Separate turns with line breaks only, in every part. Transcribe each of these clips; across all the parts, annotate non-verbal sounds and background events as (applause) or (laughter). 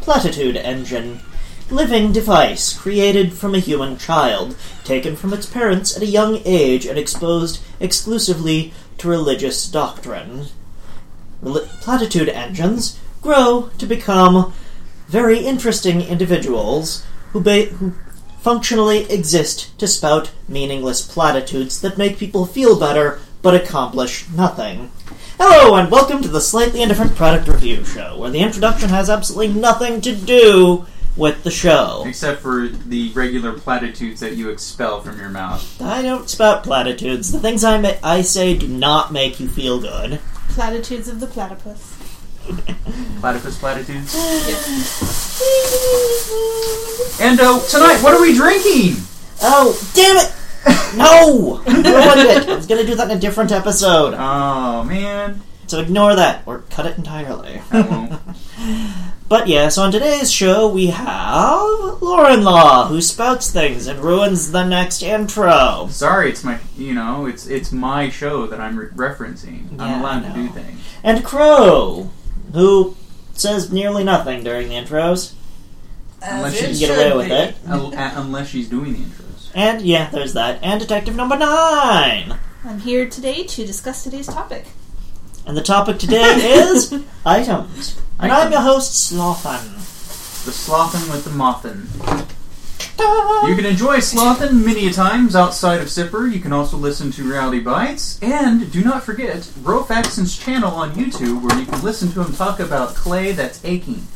platitude engine. Living device created from a human child, taken from its parents at a young age and exposed exclusively to religious doctrine. Reli- platitude engines grow to become very interesting individuals who, ba- who functionally exist to spout meaningless platitudes that make people feel better but accomplish nothing. Hello, and welcome to the Slightly Indifferent Product Review Show, where the introduction has absolutely nothing to do with the show.
Except for the regular platitudes that you expel from your mouth.
I don't spout platitudes. The things I, ma- I say do not make you feel good.
Platitudes of the platypus.
Platypus platitudes.
Yes.
And uh, tonight, what are we drinking?
Oh, damn it! No! You ruined it! I was gonna do that in a different episode.
Oh, man.
So ignore that, or cut it entirely.
I
(laughs)
won't.
But yes, on today's show we have Lauren Law, who spouts things and ruins the next intro.
Sorry, it's my, you know, it's it's my show that I'm re- referencing.
Yeah,
I'm allowed
I
to do
know.
things.
And Crow, who says nearly nothing during the intros.
Unless you
it
can
get
should
away with
be.
it.
Un- uh, unless she's doing the intros.
And yeah, there's that. And Detective Number Nine.
I'm here today to discuss today's topic.
And the topic
(laughs)
today is items. And I'm your host, Slothan.
The slothin' with the mothin'. You can enjoy Slothin many a times outside of Sipper. You can also listen to Reality Bites. And do not forget Rofaxon's channel on YouTube where you can listen to him talk about clay that's aching.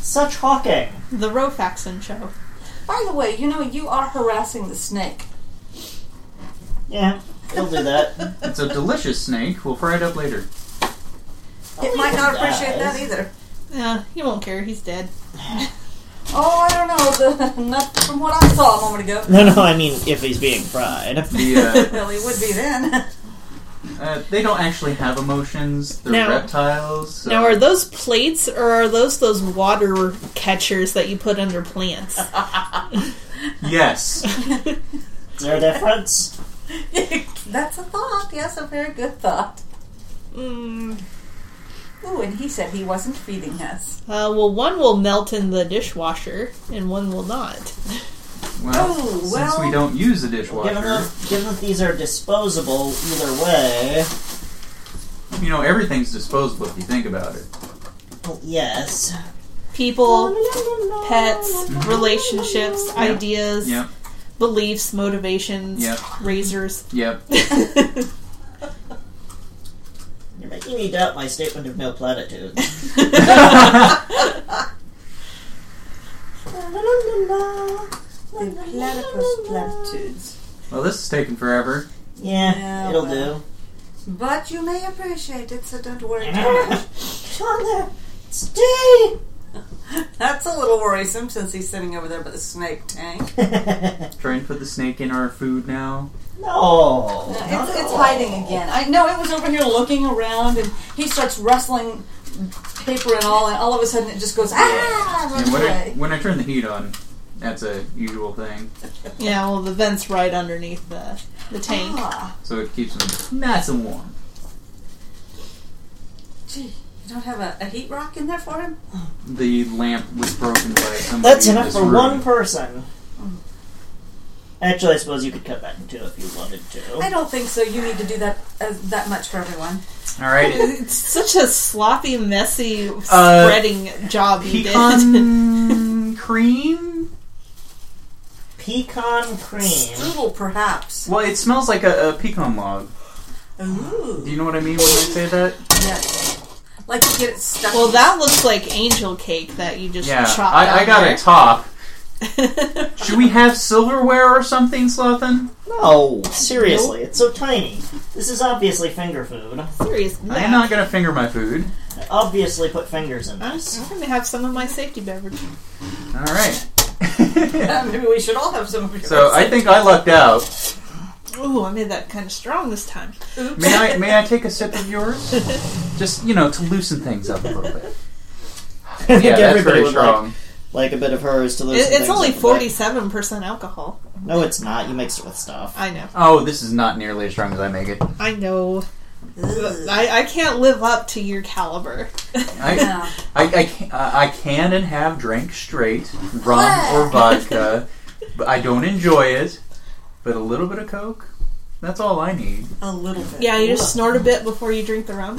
Such hawking.
The Rofaxon Show.
By the way, you know you are harassing the snake.
Yeah, he'll do that.
It's a delicious snake. We'll fry it up later.
It might not
Guys.
appreciate that either.
Uh,
Yeah, he won't care. He's dead.
Oh, I don't know. The, (laughs) not from what I saw a moment ago. (laughs)
No, no, I mean if he's being fried.
The,
Well, he would be then. (laughs)
uh, uh, they don't actually have emotions. They're
Now-
reptiles. so-
Now, are those plates or are those those water catchers that you put
(laughs)
under plants? (laughs)
yes.
Is there a difference?
That's a thought. Yes, a very good thought.
Mm,
Ooh, and he said he wasn't feeding us.
uh, well, one will melt in the dishwasher and one will not.
Well,
Oh,
since
well.
we don't use the
Given
dishwasher,
uh-huh.
that, given that these are disposable either way,
you know everything's disposable if you think about it.
well, yes.
People, pets, relationships, ideas,
Yep.
beliefs, motivations,
Yep.
(laughs)
razors. (laughs)
Yep.
You're making me doubt my statement of no platitudes.
The platypus platitudes.
well, this is taking forever.
Yeah,
Yeah,
it'll
well. But you may appreciate it, so
(laughs)
don't worry too
do.
much.
Come on there. Stay!
(laughs) That's a little worrisome since he's sitting over there by the snake tank.
Try and put the snake in our food now.
(laughs) no.
It's,
not at
it's
all.
hiding again. I know it was over here looking around, and he starts rustling paper and all, and all of a sudden it just goes ah.
And
runs
when I,
away.
when I turn the heat on, that's a usual thing.
yeah, well, the vent's right underneath the, the tank.
Ah,
So it keeps them nice and warm.
gee, you don't have a, a heat rock in there for him?
The lamp was broken by somebody.
That's
in
enough
this
for
room.
one person. Actually, I suppose you could cut that in two if you wanted to.
I don't think so. You need to do that uh, that much for everyone.
All
(laughs)
right.
It's such a sloppy, messy,
Uh,
spreading job you did.
Pecan cream.
Pecan cream.
Strudel, perhaps.
Well, it smells like a, a pecan log. Do
Ooh,
you know what I mean when I say that?
yes. Like you get it stuck.
(laughs) Well, that looks like angel cake that you just
Yeah.
chopped.
I, I
out
got
there.
a top.
it.
Should we have silverware or something, Slothin?
No, seriously, it's so tiny. This is obviously finger food.
(laughs) Serious.
I am not gonna finger my food.
I obviously put fingers in (laughs)
I'm
this.
going to have some of my safety beverage.
All
(laughs)
right.
Yeah, maybe we should all have some of yours.
so I think I lucked out.
Ooh, I made that kind of strong this time.
May I? May I take a sip of
(laughs)
yours? Just you know to loosen things up a little bit.
I think
Yeah, that's
everybody
very
would
strong.
Like, like a bit of hers to
It,
loosen
it's
things
only
up a bit.
forty-seven percent alcohol.
No, it's not. You mixed it with stuff.
I know.
Oh, this is not nearly as strong as I make it.
I know. I, I can't live up to your caliber.
I,
Yeah.
I, I, can, I can and have drank straight rum or vodka, but I don't enjoy it. But a little bit of coke, that's all I need.
A little bit.
Yeah, you just snort a bit before you drink the rum.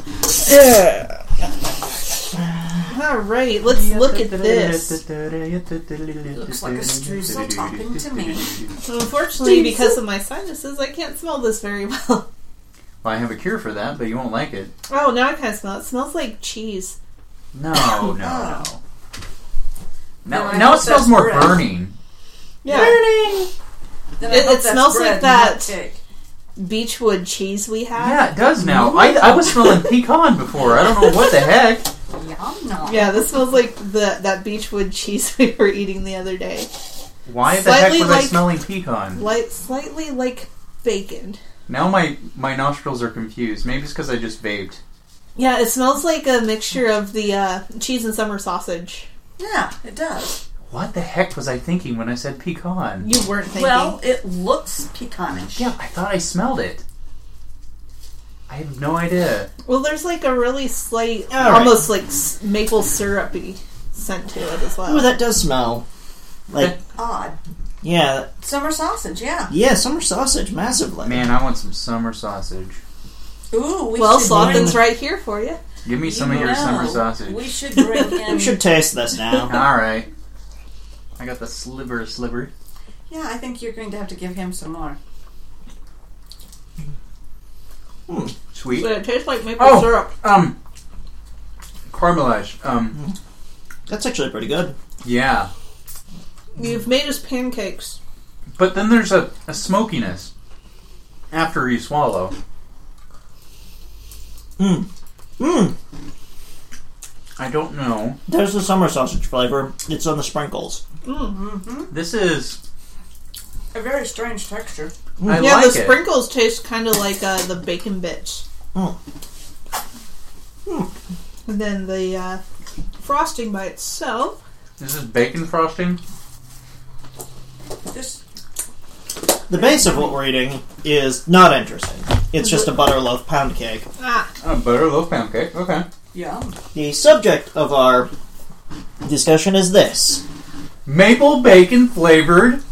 All right, let's look at this.
Looks
like a streusel talking to me.
So unfortunately,
Jesus.
because of my sinuses, I can't smell this very (laughs) well.
Well, I have a cure for that, but you won't like it.
Oh, now I kind of smell it. It smells like cheese. (laughs)
No,
Oh.
no, no.
Then
Now,
I
now it
hope
smells
that's
more
bread.
burning.
Yeah,
Then
It-
hope
it
that's
smells
bread,
like that.
not cake.
beechwood cheese we have.
Yeah, it does now. I, I was smelling pecan before. I don't know what the heck.
Yum nom.
Yeah, this smells like the that beechwood cheese (laughs) we were eating the other day.
Why the heck
Slightly
was I
like-
smelling pecan?
Like slightly like bacon.
Now my my nostrils are confused. Maybe it's because I just vaped.
Yeah, it smells like a mixture of the uh, cheese and summer sausage.
Yeah, it does.
What the heck was I thinking when I said pecan?
You weren't thinking.
Well, it looks pecanish.
Yeah, I thought I smelled it. I have no idea.
Well, there's like a really slight,
All right.
almost like s- maple syrupy scent to it as well.
Ooh, Oh, that does smell. Like,
Odd.
yeah,
Summer sausage, yeah.
yeah, summer sausage massively.
Man, I want some summer sausage.
Ooh, we
well,
should
Slothin's
bring-
right here for you.
Give me some of
You
your summer
know,
sausage.
We
(laughs)
should bring in.
We should taste this now.
All right. I got the sliver, sliver.
Yeah, I think you're going to have to give him some more.
Sweet.
But it tastes like maple
Oh.
syrup.
Um, caramelized. Um,
That's actually pretty good.
yeah.
You've made us pancakes.
But then there's a, a smokiness after you swallow.
Mm.
Mmm,
I don't know.
there's the summer sausage flavor. It's on the sprinkles.
This is.
A very strange texture.
I
yeah,
like
the
it.
sprinkles taste kind of like uh, the bacon bits.
Mm.
And then the uh, frosting by itself.
This is bacon frosting.
This
The base of what we're eating is not interesting. It's just a butter loaf pound cake.
Ah,
A butter loaf pancake. Okay.
yum.
The subject of our discussion is this.
Maple bacon flavored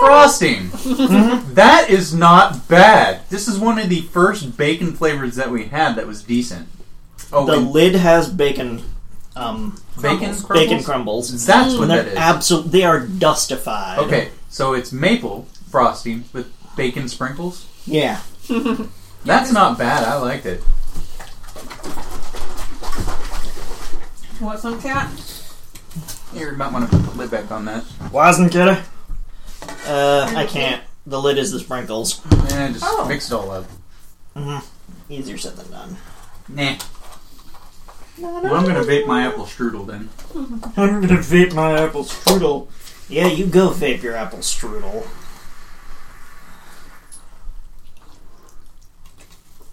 frosting.
Mm-hmm.
That is not bad. This is one of the first bacon flavors that we had that was decent. Oh,
The
and
lid has bacon, um,
bacon
crumbles.
crumbles.
bacon crumbles.
That's what
And
that
they're
is.
absolute. They are dustified.
okay, so it's maple frosting with bacon sprinkles.
Yeah.
That's not bad. I liked it.
want some cat?
You might want to put the lid back on that.
Wasn't good. Uh, I can't. The lid is the sprinkles.
And just
Oh.
mix it all up.
Easier said than done.
Nah. Well, I'm gonna vape my apple strudel then.
I'm gonna vape my apple strudel. Yeah, you go vape your apple strudel.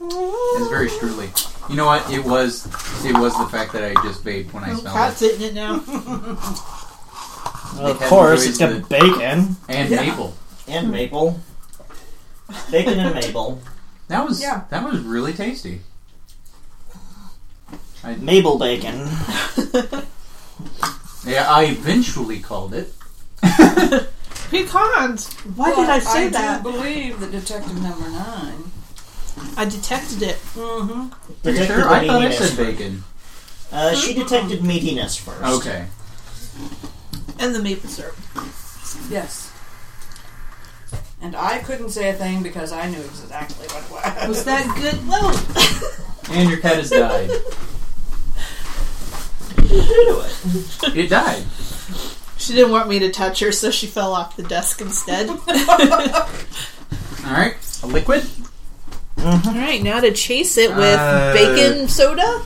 It's very strudely. You know what? It was. It was the fact that I just vaped when I smelled it.
Cat's eating
(laughs)
it now.
Of
They
course,
had
it's got
enjoyed
bacon
and maple.
and maple. Bacon and maple.
That was
Yeah.
that was really tasty. I,
Mabel bacon.
yeah, I eventually called it.
Pecans! Why did I say that?
do believe that Detective Number Nine.
I detected it.
Mm-hmm.
Are you
Detected
sure? I thought I
meatiness
said
first.
bacon.
Uh, she detected meatiness first.
Okay.
And the maple syrup.
Yes. And I couldn't say a thing because I knew exactly what it was.
Was that good? Whoa! (laughs)
And your cat has died. it died.
She didn't want me to touch her, so she fell off the desk instead. (laughs)
All right. A liquid?
Alright, now to chase it with
Uh,
bacon soda.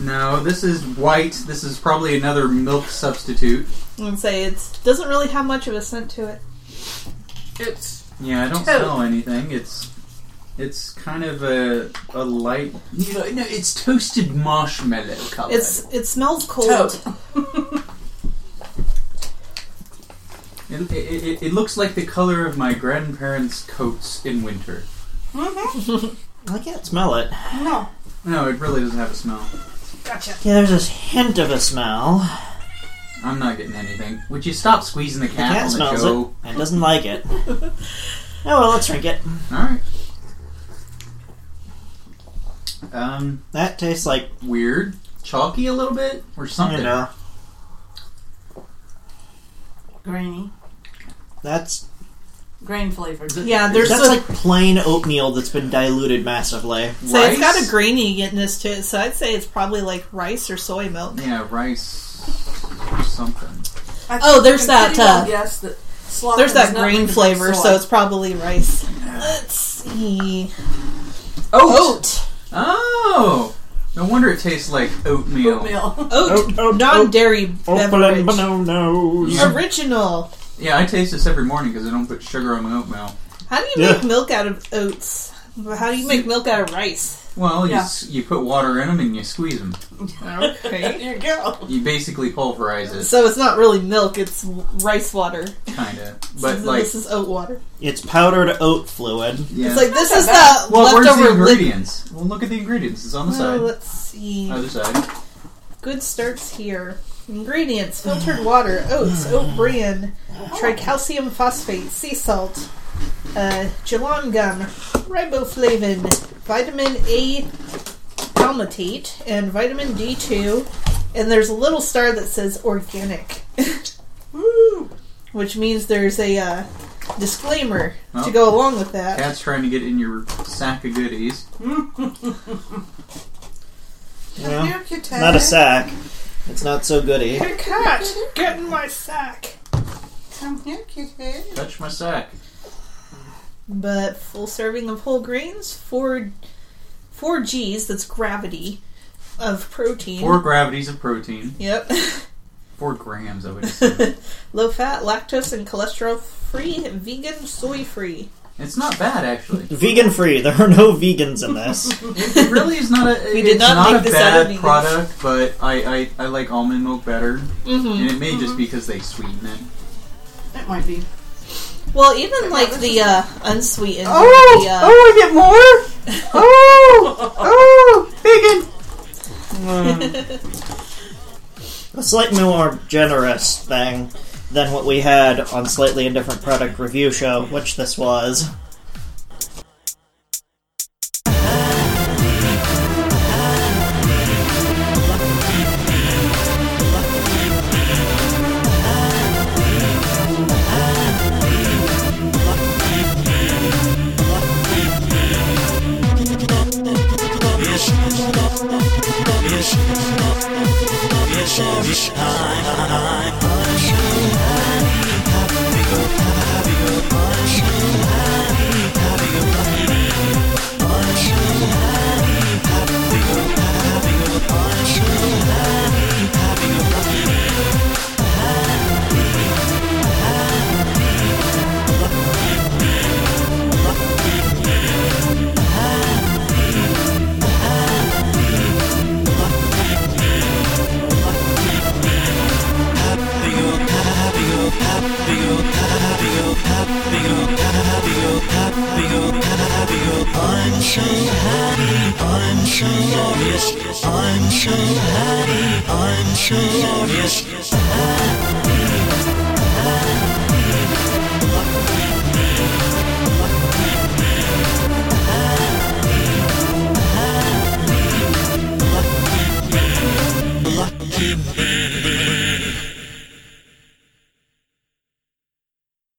No. This is white. This is probably another milk substitute.
I'm gonna say it doesn't really have much of a scent to it.
It's
Yeah, I don't
Toad.
smell anything. It's it's kind of a a light. You know, no, it's toasted marshmallow color.
It's it smells cold.
tote.
It, it, it- it looks like the color of my grandparents' coats in winter.
I can't smell it.
Mm-hmm. No.
No, it really doesn't have a smell.
Gotcha.
Yeah, there's this hint of a smell.
I'm not getting anything. Would you stop squeezing the
The
cat
cat
on the
smells it
show?
and doesn't
(laughs)
like it. Oh well, let's drink it.
Alright. Um,
That tastes like
weird. Chalky a little bit? Or something.
you know.
Grainy.
That's
Grain flavored.
Yeah, there's
that's
a,
like plain oatmeal that's been diluted massively.
so it's got
rice?
a graininess to it. So I'd say it's probably like rice or soy milk.
Yeah, rice or something.
I
Oh, there's
can
that,
pretty well
uh,
guess that Slaughter
There's that
does not
grain
make the
flavor,
soy.
so it's probably rice. Let's see.
Oat!
Oat.
Oh! No wonder it tastes like oatmeal.
oatmeal.
Oat.
Oat, oat,
Non-dairy beverage.
bananas.
Original.
Yeah, I taste this every morning because I don't put sugar on my oatmeal.
How do you make
Yeah.
milk out of oats? How do you make milk out of rice?
Well, you,
Yeah.
s- you put water in them and you squeeze them.
Okay.
(laughs) There you go.
You basically pulverize it,
(laughs) So it's not really milk; it's w- rice water.
kind of.
(laughs) So
But, like,
this is oat water.
It's powdered oat fluid.
yeah.
It's like this
Not
is
that
the
well, where's the
leftover lid-
ingredients? Well, look at the ingredients. It's on the
Well,
side.
let's see.
Other side.
Good starts here. Ingredients: filtered water, oats, oat bran, tricalcium phosphate, sea salt, uh, Geelong gum, riboflavin, vitamin A palmitate, and vitamin D2. And there's a little star that says organic, (laughs)
Woo.
which means there's a uh, disclaimer
Oh.
to go along with that.
Cat's trying to get in your sack of goodies.
Yeah.
Here, kitten.
Not a sack. It's not so goody.
Hey, cat, get in my sack.
Come here, kitten.
Touch my sack.
but full serving of whole grains, four four G's. That's gravity of protein.
Four gravities of protein.
Yep. (laughs)
Four grams, I would assume.
Low fat, lactose, and cholesterol free. Vegan, soy free.
it's not bad, actually.
Vegan free. (laughs) There are no vegans in this.
It really is not a.
(laughs) We
it's
did not make
a
this out of
bad
anything.
product, but I, I, I like almond milk better,
Mm-hmm.
and it may just because they sweeten it.
That might be.
Well, even like the uh, unsweetened. the, uh,
I get more. Oh, oh, vegan.
A slightly more generous thing than what we had on slightly indifferent product review show, which this was.